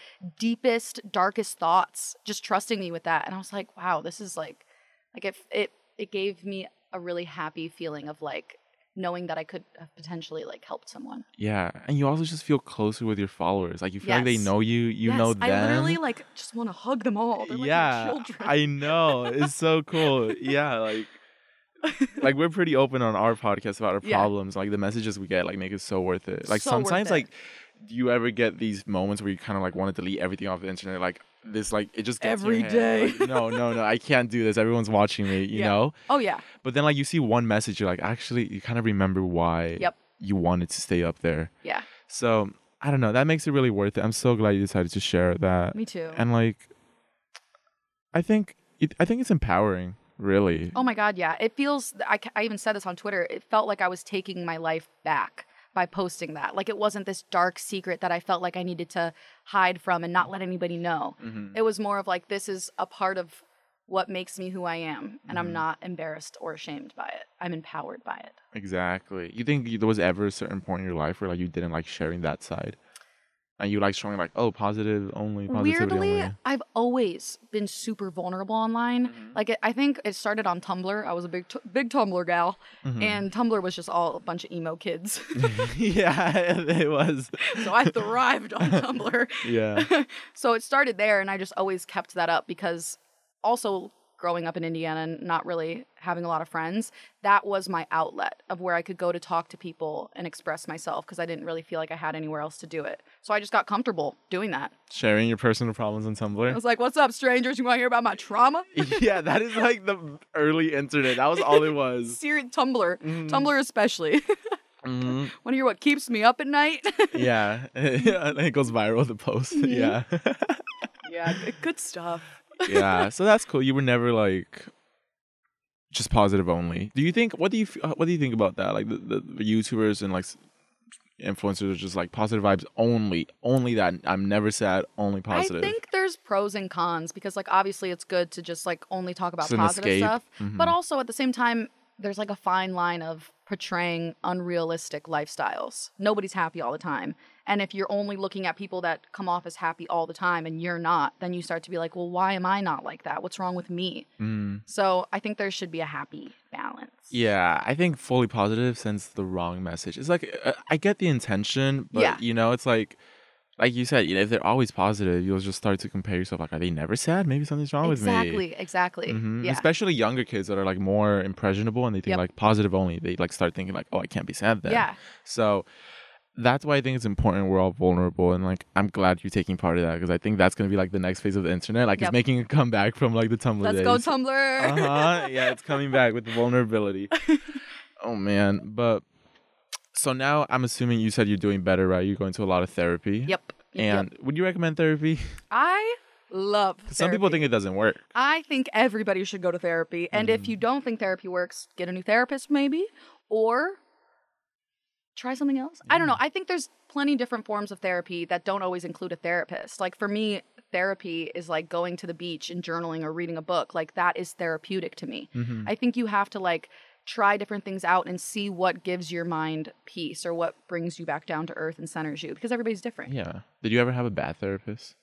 deepest darkest thoughts just trusting me with that and i was like wow this is like like it it it gave me a really happy feeling of like knowing that i could have potentially like helped someone Yeah, and you also just feel closer with your followers. Like you feel like they Yes. know you, you know them. i literally like just want to hug them all they're like yeah, yeah, my children I know. It's so cool. yeah, like like we're pretty open on our podcast about our (laughs) Yeah. problems. Like the messages we get like make it so worth it. Like So worth sometimes it. like do you ever get these moments where you kind of like want to delete everything off the internet? Like this like it just gets to your Every head. day. Like, no, no, no. I can't do this. Everyone's watching me, you Yeah. know? oh (laughs) yeah But then like you see one message, you're like, actually you kind of remember why Yep. you wanted to stay up there. yeah So I don't know. That makes it really worth it. I'm so glad you decided to share that. me too And like, I think it, I think it's empowering. Really. Oh my God, yeah. It feels, I, ca- I even said this on Twitter, it felt like I was taking my life back by posting that. Like it wasn't this dark secret that I felt like I needed to hide from and not let anybody know. It was more of like, this is a part of what makes me who I am, and I'm not embarrassed or ashamed by it. I'm empowered by it. Exactly. You think you- there was ever a certain point in your life where like you didn't like sharing that side, and you like showing like oh positive only positivity Weirdly, only. I've always been super vulnerable online. Like it, I think it started on Tumblr. I was a big, t- big Tumblr gal, and Tumblr was just all a bunch of emo kids. (laughs) (laughs) yeah, (laughs) it was. so I thrived on Tumblr. (laughs) Yeah. so it started there and i just always kept that up because also growing up in indiana and not really having a lot of friends that was my outlet of where i could go to talk to people and express myself because i didn't really feel like i had anywhere else to do it so i just got comfortable doing that Sharing your personal problems on i Tumblr. was like what's up strangers you want to hear about my trauma (laughs) yeah, that is like the early internet. That was all it (laughs) was. Serious tumblr tumblr especially (laughs) Mhm. want to hear what keeps me up at night (laughs) Yeah, (laughs) and it goes viral the post. Yeah. yeah g- good stuff yeah so that's cool you were never like just positive only do you think what do you f- uh, what do you think about that like the, the, the youtubers and like s- influencers are just like positive vibes only only that i'm never sad only positive I think there's pros and cons because like obviously it's good to just like only talk about It's an positive escape. Mm-hmm. stuff, but also at the same time there's like a fine line of portraying unrealistic lifestyles. Nobody's happy all the time. And if you're only looking at people that come off as happy all the time and you're not, then you start to be like, "Well, why am I not like that? What's wrong with me?" Mm. So, I think there should be a happy balance. yeah i think fully positive sends the wrong message it's like uh, i get the intention but Yeah. you know it's like like you said you know if they're always positive you'll just start to compare yourself like are they never sad maybe something's wrong with me Exactly, exactly. Mhm. Yeah. Especially younger kids that are like more impressionable and they think Yep. like positive only. They like start thinking like, oh, I can't be sad then. Yeah. So that's why I think it's important we're all vulnerable and like I'm glad you're taking part of that because I think that's gonna be like the next phase of the internet. Like Yep. it's making a comeback from like the Tumblr Let's days. go Tumblr. uh-huh. Yeah, it's coming back with the (laughs) vulnerability. oh man, but so now I'm assuming you said you're doing better, right? You're going to a lot of therapy. Yep. yep, And yep. would you recommend therapy? (laughs) 'Cause I love Some people therapy. think it doesn't work. I think everybody should go to therapy. And if you Mm. don't think therapy works, get a new therapist maybe or try something else. I don't Mm. know. I think there's plenty different forms of therapy that don't always include a therapist. Like for me, therapy is like going to the beach and journaling or reading a book. Like that is therapeutic to me. Mm-hmm. Mm. I think you have to like try different things out and see what gives your mind peace or what brings you back down to earth and centers you because everybody's different. Yeah. Did you ever have a bad therapist?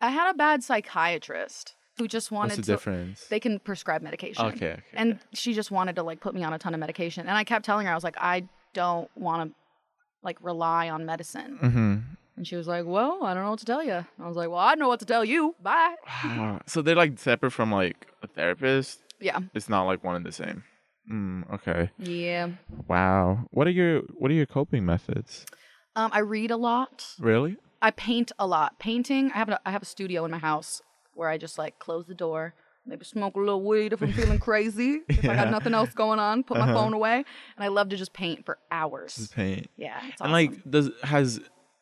I had a bad psychiatrist who just What's wanted the to difference? they can prescribe medication. Okay, okay, And she just wanted to like put me on a ton of medication. And I kept telling her, I was like, I don't want to like rely on medicine. hmm And she was like, Well, I don't know what to tell you. I was like, Well, I know what to tell you. Bye. so they're like separate from like a therapist. Yeah. It's not like one and the same. Mm, okay. Yeah. Wow. What are your What are your coping methods? Um, I read a lot. Really? I paint a lot. Painting. I have a, I have a studio in my house where I just like close the door, maybe smoke a little weed (laughs) if I'm feeling crazy, if I Yeah. got nothing else going on, put my Uh-huh. phone away, and I love to just paint for hours. Paint. Yeah, it's awesome. And like, does has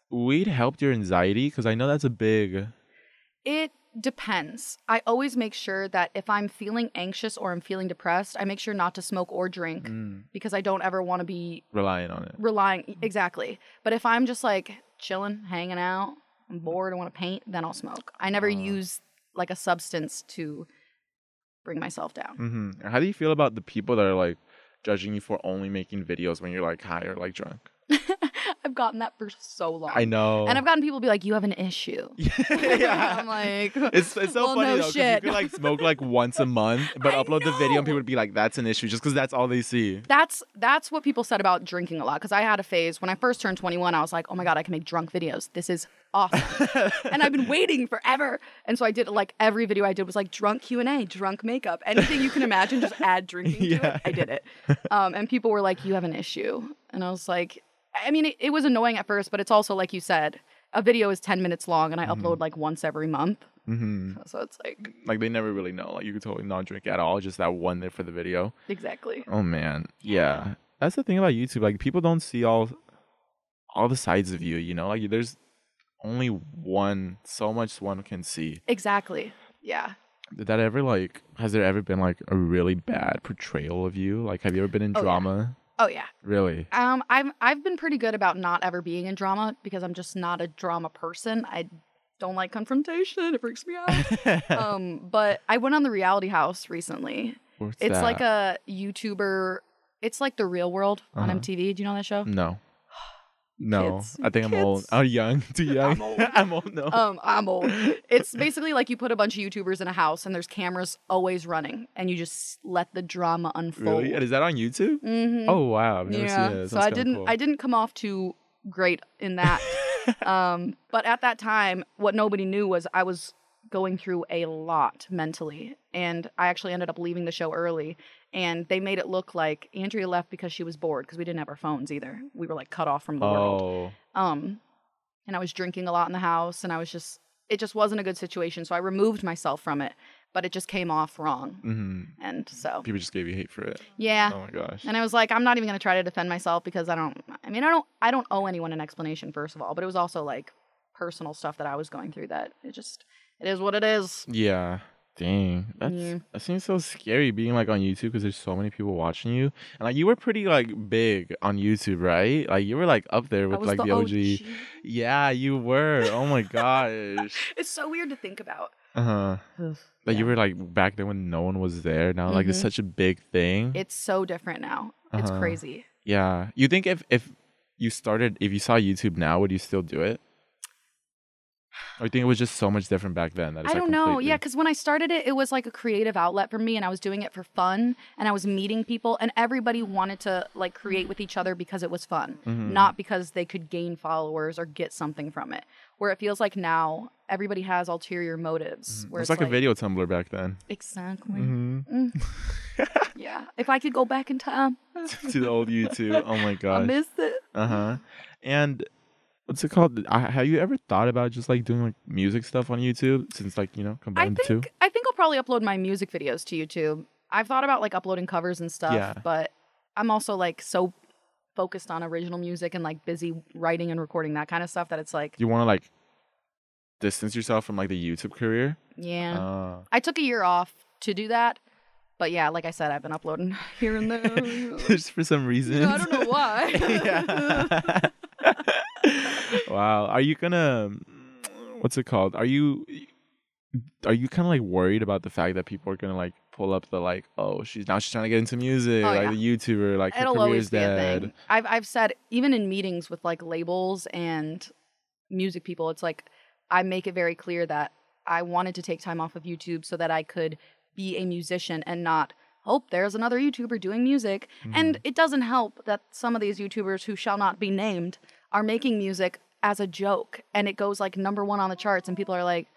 weed helped your anxiety? Because I know that's a big. It depends. I always make sure that if I'm feeling anxious or I'm feeling depressed, I make sure not to smoke or drink Mm. because I don't ever want to be Relying on it. relying e, exactly. But if I'm just like chilling, hanging out, I'm bored, I want to paint, then I'll smoke. I never Ah. use like a substance to bring myself down. (laughs) hmm How do you feel about the people that are like judging you for only making videos when you're like high or like drunk? I've gotten that for so long. I know. (laughs) And I've gotten people be like, "You have an issue." (laughs) yeah. (laughs) I'm like, (laughs) It's, it's so "Well, funny no though, 'cause you shit." could like smoke like once a month, but I upload the video and know. people would be like, "That's an issue," just because that's all they see. that's that's what people said about drinking a lot because i had a phase when i first turned 21 i was like oh my god i can make drunk videos this is awesome and i've been waiting forever and so i did like every video i did was like drunk q&a drunk makeup anything you can imagine just add drinking to Yeah. it i did it um, and people were like you have an issue and i was like i mean it, it was annoying at first but it's also like you said a video is 10 minutes long and i upload like once every month hmm so it's like Like they never really know. Like you could totally not drink at all, just that one there for the video. exactly Oh man, yeah. That's the thing about YouTube. Like people don't see all, all the sides of you. You know, like there's only one. So much one can see. exactly yeah Did that ever like? Has there ever been like a really bad portrayal of you? Like, have you ever been in Oh, yeah. drama? oh yeah (laughs) Really? Um, I've I've been pretty good about not ever being in drama because I'm just not a drama person. I don't like confrontation; it freaks me out. (laughs) um, but I went on the Reality House recently. What's It's like that? a YouTuber. It's like the Real World Uh-huh. on MTV. Do you know that show? no. No, Kids, I think I'm old. kids. I'm young, (laughs) too young. I'm old. no. Um, I'm (laughs) old. It's basically like you put a bunch of YouTubers in a house and there's cameras always running, and you just let the drama unfold. really? And is that on YouTube? Mm-hmm. Oh wow, I've never yeah. seen it. that. so I didn't I didn't come off too great in (laughs) that. um, but at that time, what nobody knew was I was going through a lot mentally, and I actually ended up leaving the show early. And they made it look like Andrea left because she was bored because we didn't have our phones either. We were like cut off from the world. oh, Um, and I was drinking a lot in the house, and I was just it just wasn't a good situation. So I removed myself from it, but it just came off wrong. hmm And so people just gave you hate for it. yeah, Oh my gosh. and I was like, I'm not even gonna try to defend myself because I don't. I mean, I don't. I don't owe anyone an explanation, first of all. But it was also like personal stuff that I was going through. That it just, it is what it is. Yeah. Dang, that's Yeah. that seems so scary being like on YouTube because there's so many people watching you, and like you were pretty like big on YouTube, right? Like you were like up there I with was like the OG. Yeah, you were. Oh (laughs) my gosh. It's so weird to think about. Uh huh. Like you Yeah. were like back then when no one was there. Now like it's Mhm. such a big thing. It's so different now. It's Uh-huh. crazy. yeah. You think if if you started if you saw YouTube now, would you still do it? Or you think it was just so much different back then? That it's, I like, don't know. Yeah, completely- because when I started it, it was like a creative outlet for me, and I was doing it for fun, and I was meeting people, and everybody wanted to like create with each other because it was fun, Mhm. not because they could gain followers or get something from it. Where it feels like now everybody has ulterior motives. Where Mm-hmm. It's like, a video Tumblr back then. Exactly. (laughs) hmm Yeah. If I could go back in time, (laughs) to the old YouTube. (laughs) Oh my I gosh. missed it. Uh huh. And what's it called? I, have you ever thought about just like doing like music stuff on YouTube since like you know I combined the two? think I think I'll probably upload my music videos to YouTube. I've thought about like uploading covers and stuff, Yeah. but I'm also like so focused on original music and like busy writing and recording that kind of stuff that it's like, Do you want to like distance yourself from like the YouTube career? yeah. Uh, I took a year off to do that, but yeah, like I said, I've been uploading (laughs) here and there. (laughs) just for some reason. Oh, I don't know why. (laughs) (laughs) yeah. wow. Are you gonna? What's it called? Are you? Are you kind of like worried about the fact that people are gonna like pull up the like, oh, she's now she's trying to get into music, Oh, like yeah. the YouTuber, like her It'll career's always be dead. a thing. I've I've said even in meetings with like labels and music people, it's like I make it very clear that I wanted to take time off of YouTube so that I could be a musician and not oh there's another YouTuber doing music. And it doesn't help that some of these YouTubers who shall not be named are making music as a joke and it goes like number 1 on the charts and people are like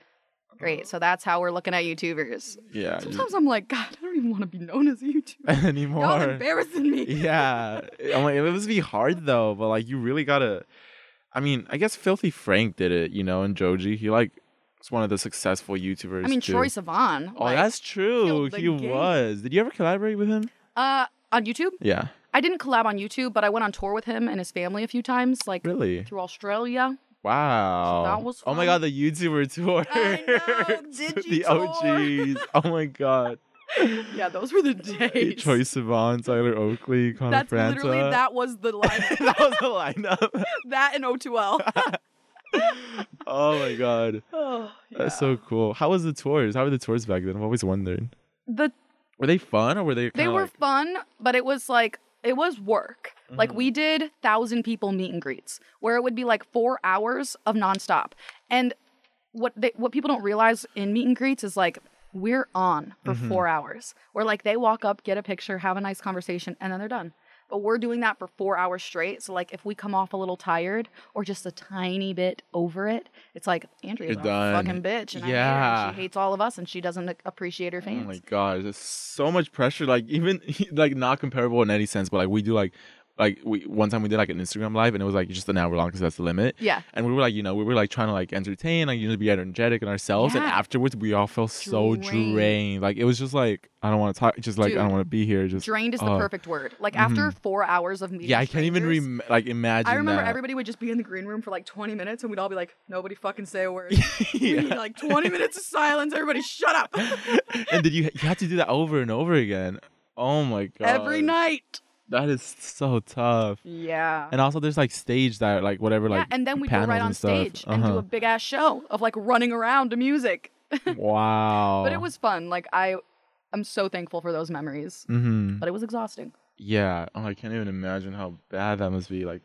great so that's how we're looking at YouTubers. yeah you- Sometimes I'm like god I don't even want to be known as a YouTuber. Y'all (laughs) anymore. embarrassing (laughs) me. yeah. I'm like, it must be hard though, but like you really gotta I mean, I guess Filthy Frank did it, you know, and Joji. He like was one of the successful YouTubers. I mean too. Troy Sivan. Oh, like, that's true. killed the He game. was. Did you ever collaborate with him? uh on YouTube? Yeah. I didn't collab on YouTube, but I went on tour with him and his family a few times, like Really? through Australia. Wow. that was Oh my fun. god, the YouTuber tour. (laughs) I (laughs) know, the Digitour. OGs. Oh (laughs) my god. Yeah, those were the days. (laughs) Troy Sivan, Tyler Oakley, Conor That's Franta. literally that was the lineup. (laughs) that was the lineup. that and (laughs) O2L. oh my god. oh, yeah. That's so cool. How was the tours? How were the tours back then? I've always wondered. the Were they fun or were they? they kinda were like- fun, but it was like it was work. Like Mhm. we did thousand people meet and greets, where it would be like four hours of nonstop. And what they, what people don't realize in meet and greets is like we're on for Mhm. four hours. Where like they walk up, get a picture, have a nice conversation, and then they're done. But we're doing that for four hours straight. So like if we come off a little tired or just a tiny bit over it, it's like Andrea's You're a done. fucking bitch, and I hate her, and Yeah. she hates all of us, and she doesn't appreciate her Oh fans. my god, there's so much pressure. Like even (laughs) like not comparable in any sense, but like we do like like we one time we did like an Instagram live and it was like just an hour long because that's the limit. yeah. And we were like, you know, we were like trying to like entertain, like you know, be energetic in ourselves. And Yeah. afterwards, we all felt so Drained. drained. Like it was just like I don't want to talk. Just like I don't Dude, want to be here. Just Drained is the uh, perfect word. Like after four hours of meeting, Yeah, I can't even strangers, rem- like imagine. I remember (laughs) that. everybody would just be in the green room for like 20 minutes, and we'd all be like, "Nobody fucking say a (laughs) word." We need Yeah. like 20 minutes of silence. Everybody, shut (laughs) up. and did you you had to do that over and over again? Oh my god. Every night. That is so tough. Yeah. And also, there's like stage that like whatever yeah, like and then we'd go panels right on and stuff. stage and do a big ass show of like running around to music. Uh-huh. (laughs) wow. But it was fun. Like I, I'm so thankful for those memories. Mm-hmm. But it was exhausting. Yeah. Oh, I can't even imagine how bad that must be. Like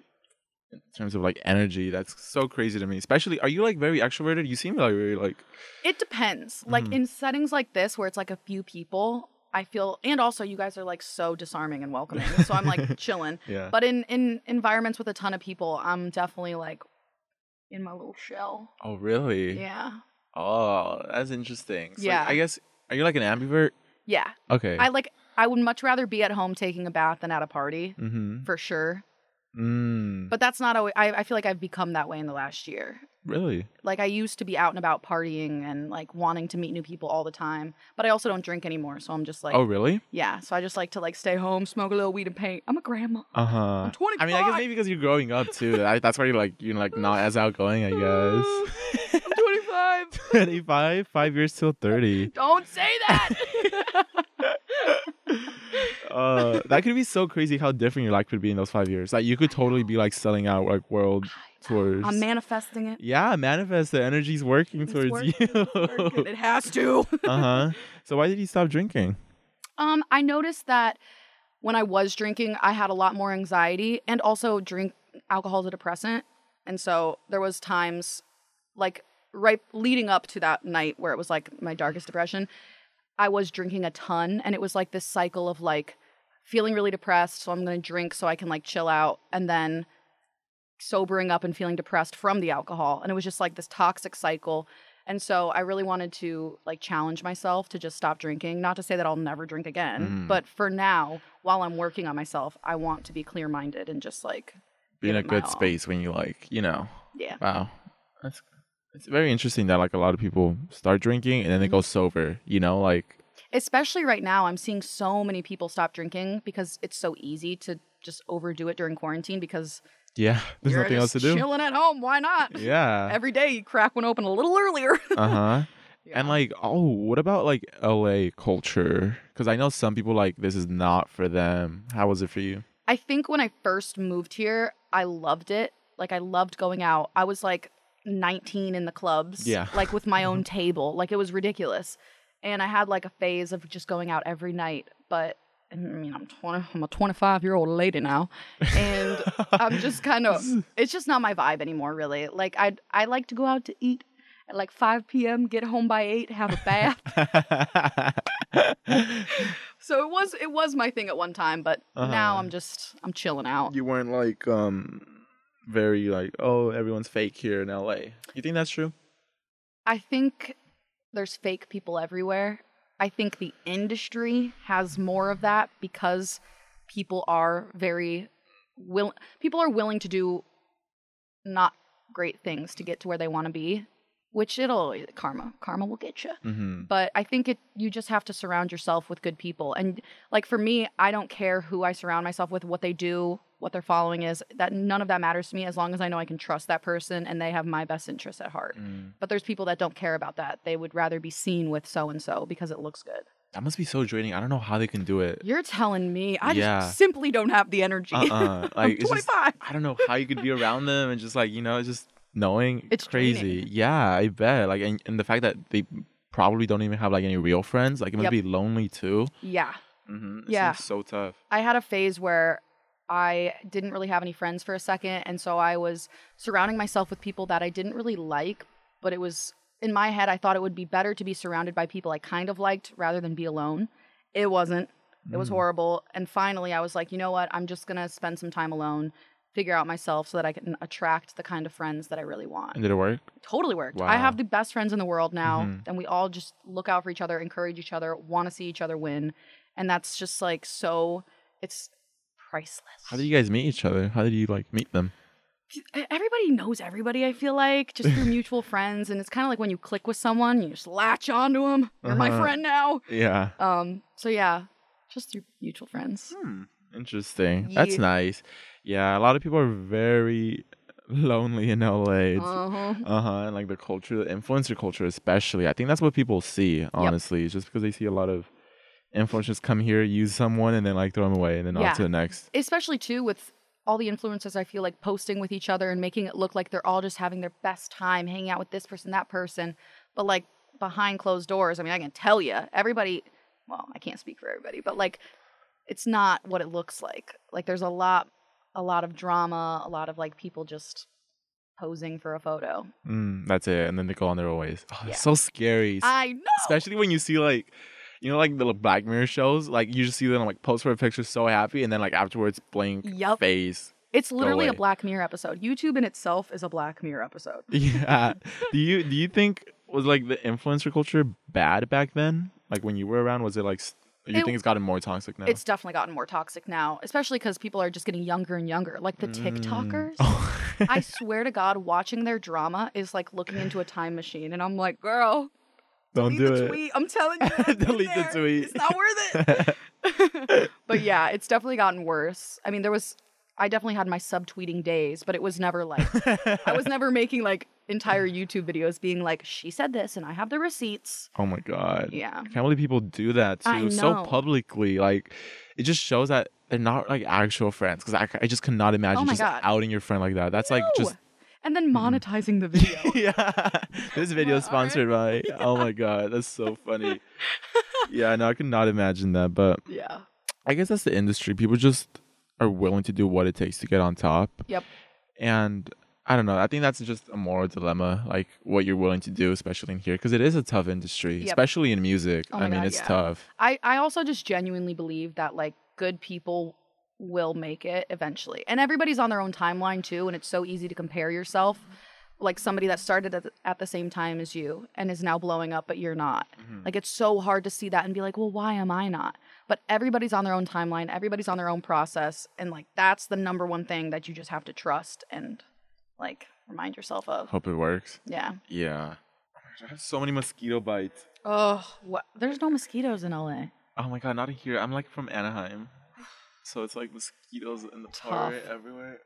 in terms of like energy, that's so crazy to me. Especially, are you like very extroverted? You seem like very like It depends. Like Mhm. in settings like this where it's like a few people, I feel and also you guys are like so disarming and welcoming. So I'm (laughs) like chilling. yeah. (laughs) But in in environments with a ton of people, I'm definitely like in my little shell. oh really? Yeah. Oh, that's interesting. So, like, Yeah. I guess are you like an ambivert? Yeah. Okay. I like I would much rather be at home taking a bath than at a party, mm-hmm. for sure. Mm. But that's not always I, I feel like I've become that way in the last year. really? Like I used to be out and about partying and like wanting to meet new people all the time. But I also don't drink anymore. So I'm just like oh really? Yeah, so I just like to like stay home, smoke a little weed, and paint. I'm a grandma. Uh huh. I'm 25. I mean, I guess maybe because you're growing up too. that- that's why you're like you're like not as outgoing, (laughs) (laughs) I guess. I'm 25. (laughs) 25, five years till 30. Don't say (laughs) that. Uh, that could be so crazy how different your life could be in those five years. Like you could totally be like selling out like world tours. I'm manifesting it. yeah, manifest the (laughs) energy's working It's towards working, (laughs) you. It has to. (laughs) uh huh. So why did you stop drinking? um, I noticed that when I was drinking, I had a lot more anxiety, and also drink alcohol is a depressant, and so there was times like right leading up to that night where it was like my darkest depression. I was drinking a ton, and it was like this cycle of like feeling really depressed, so I'm gonna drink so I can like chill out, and then sobering up and feeling depressed from the alcohol, and it was just like this toxic cycle. And so I really wanted to like challenge myself to just stop drinking. Not to say that I'll never drink again, Mm. but for now, while I'm working on myself, I want to be clear minded and just like Be Give in a it my good all. space when you like, you know. yeah. Wow. That's it's very interesting that like a lot of people start drinking and then they Mm-hmm. go sober, you know, like especially right now i'm seeing so many people stop drinking because it's so easy to just overdo it during quarantine because yeah, (laughs) there's you're nothing else just to do. chilling at home why not Yeah. every day you crack one open a little earlier (laughs) Uh-huh. Yeah. And like, oh, what about like LA culture? Cuz I know some people like this is not for them. How was it for you? i think when i first moved here i loved it like i loved going out i was like 19 in the clubs Yeah. like with my (laughs) own table like it was ridiculous and i had like a phase of just going out every night but i mean i'm 20 i'm a 25 year old lady (laughs) now and (laughs) I'm just kind of it's just not my vibe anymore really. Like I I like to go out to eat at like 5 p.m., get home by 8, have a bath. (laughs) so it was it was my thing at one time, but now Uh-huh. I'm just I'm chilling out. you weren't like um very like oh everyone's fake here in LA. You think that's true? I think there's fake people everywhere. I think the industry has more of that because people are very will people are willing to do not great things to get to where they want to be, which it'll karma karma will get you. Mm-hmm. But I think it you just have to surround yourself with good people. And like for me, I don't care who I surround myself with, what they do, what their following is. That none of that matters to me as long as I know I can trust that person and they have my best interests at heart. Mm. But there's people that don't care about that. They would rather be seen with so and so because it looks good. That must be so draining. I don't know how they can do it. You're telling me I Yeah. just simply don't have the energy. Uh-uh. I'm Like it's just, 25. I don't know how you could be around them and just like you know it's just knowing (laughs) It's crazy. draining. Yeah, I bet. Like and, and the fact that they probably don't even have like any real friends. Like it must Yep. be lonely too. (laughs) Yeah. Mm-hmm. It Yeah. seems so tough. I had a phase where I didn't really have any friends for a second. And so I was surrounding myself with people that I didn't really like, but it was in my head, I thought it would be better to be surrounded by people I kind of liked rather than be alone. It wasn't. It was Mm. horrible. And finally, I was like, you know what? I'm just going to spend some time alone, figure out myself so that I can attract the kind of friends that I really want. And did it work? totally worked. I Wow. have the best friends in the world now, Mhm. and we all just look out for each other, encourage each other, want to see each other win, and that's just like so. It's priceless. E-, How did you guys meet each other? How did you like meet them? Everybody knows everybody. I feel like just (laughs) through mutual friends, and it's kind of like when you click with someone, you just latch onto them. You're my Uh-huh. friend now. Yeah. Um. So yeah, just through mutual friends. Hmm. Interesting. That's Ye- nice. Yeah, a lot of people are very (laughs) lonely in LA. Uh Uh-huh. huh. And like the culture, the influencer culture, especially. I think that's what people see, honestly. It's just because they see a lot of influencers come here, use someone, and then like throw them away, and then Yeah. on to the next. especially too with all the influencers I feel like posting with each other and making it look like they're all just having their best time hanging out with this person, that person. But like behind closed doors, I mean, I can tell you, everybody, well, I can't speak for everybody, but like it's not what it looks like. Like there's a lot, a lot of drama, a lot of like people just posing for a photo. Mm, that's it. And then they go on their ways. Oh, Yeah. Uh, it's so scary. s- I know. Especially when you see like, you know, like the little Black Mirror shows, like you just see them like post for a picture so happy, and then like afterwards blink Yup. face. (laughs) It's literally a away. Black Mirror episode. YouTube in itself is a Black Mirror episode. Yeah. do you do you think was like the influencer culture bad back then? Like when you were around, was it like s- you It- think it's gotten more toxic now? It's definitely gotten more toxic now, especially because people are just getting younger and younger. Like the TikTokers. Mm. Oh. (laughs) I swear to God, watching their drama is like looking into a time machine, and I'm like, girl, Don't delete do the it. tweet. I'm telling (laughs) you, it's in Delete the there. tweet. It's not worth (laughs) it. but yeah, it's definitely gotten worse. I mean, there was, I definitely had my subtweeting days, but it was never like, I was never making like entire YouTube videos being like, she said this, and I have the receipts. Oh my god. Yeah. I can't believe people do that I too so know. publicly. Like it just shows that they're not like actual friends because I, c- I just cannot imagine Oh my just God. outing your friend like that. That's like just (laughs) Mm-hmm. Ooh. and then monetizing the video. yeah. This video is Well, alright. sponsored by. Oh my god, that's so (laughs) funny. yeah, no, I could not imagine that, but yeah. I guess that's the industry. People just are willing to do what it takes to get on top. Yep. And I don't know. I think that's just a moral dilemma, like what you're willing to do, especially in here, because it is a tough industry, Yep. especially in music. Oh my I mean, God, it's yeah. tough. I, I also just genuinely believe that like good people will make it eventually. And everybody's on their own timeline too. And it's so easy to compare yourself like somebody that started at the, at the same time as you and is now blowing up, but you're not. Like it's so hard to see that and be like, well, why am I not? But everybody's on their own timeline, everybody's on their own process. And like that's the number one thing that you just have to trust and like remind yourself of. Hope it works. Yeah. Yeah. I have so many mosquito bites. Oh, what? there's no mosquitoes in LA. Oh my god, not here. I'm like from Anaheim. So it's like mosquitoes in the park Tough. everywhere.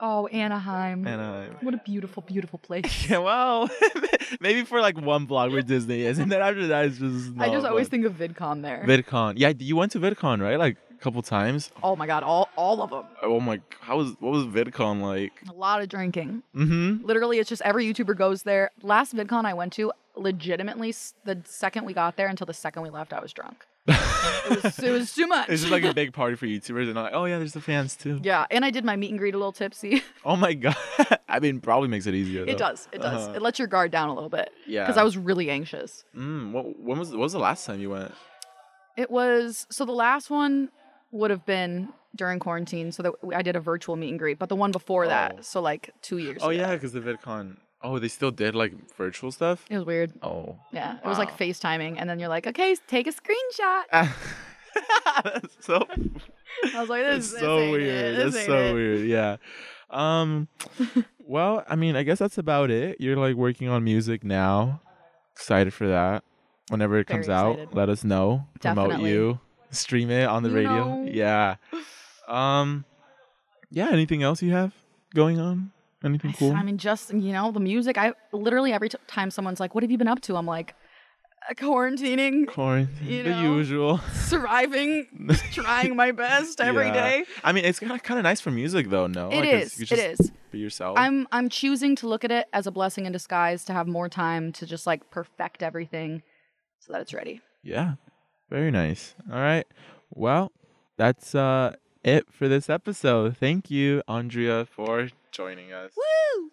Oh, Anaheim. Anaheim. What a beautiful, beautiful place. (laughs) Yeah, well, (laughs) maybe for like one blog where Disney is, and then after that it's just. I just not always fun. think of VidCon there. VidCon. Yeah, you went to VidCon, right? Like a couple times. oh my god, all all of them. Oh my, how was what was VidCon like? A lot of drinking. Mm-hmm. Literally, it's just every YouTuber goes there. Last VidCon I went to, legitimately s- the second we got there until the second we left, I was (laughs) drunk. It was, it was too much. It's just like a big party for YouTubers, and I'm like, oh yeah, there's the fans too. yeah, and I did my meet and greet a little tipsy. Oh my (laughs) god. I mean, probably makes it (laughs) easier. it though. does. It does. Uh-huh. It lets your guard down a little bit. Yeah. Because I was really anxious. Mm, what, when was what was the last time you went? It was so the last one would have been during quarantine, so that I did a virtual meet and greet, but the one before Oh. that, so like two years. Oh ago. yeah, because the VidCon. Oh, they still did like virtual stuff. It was weird. (laughs) Oh. Yeah, it was Wow. like FaceTiming, and then you're like, okay, take a (laughs) screenshot. That's so I was like, (laughs) that's this, so weird. That's so weird. Yeah. (laughs) Um. well, I mean, I guess that's about it. You're like working on music now. Excited for that. Whenever it comes Very out, excited. let us know. Promote Definitely. you. Stream it on the You radio. know. Yeah. Um. Yeah. Anything else you have going on? Anything I, cool? I mean, just you know, the music. I literally every t- time someone's like, "What have you been up to?" I'm like, uh, "Quarantining, (laughs) Quarantine. you The know. usual. surviving, (laughs) trying my best (laughs) every Yeah. day." I mean, it's kind of kind of nice for music though. No, It is. You Oh. It is. Be yourself. I'm I'm choosing to look at it as a blessing in disguise to have more time to just like perfect everything, so that it's ready. Yeah. Very nice. All right. Well, that's uh it for this episode. Thank you, Andrea, for joining us. Woo!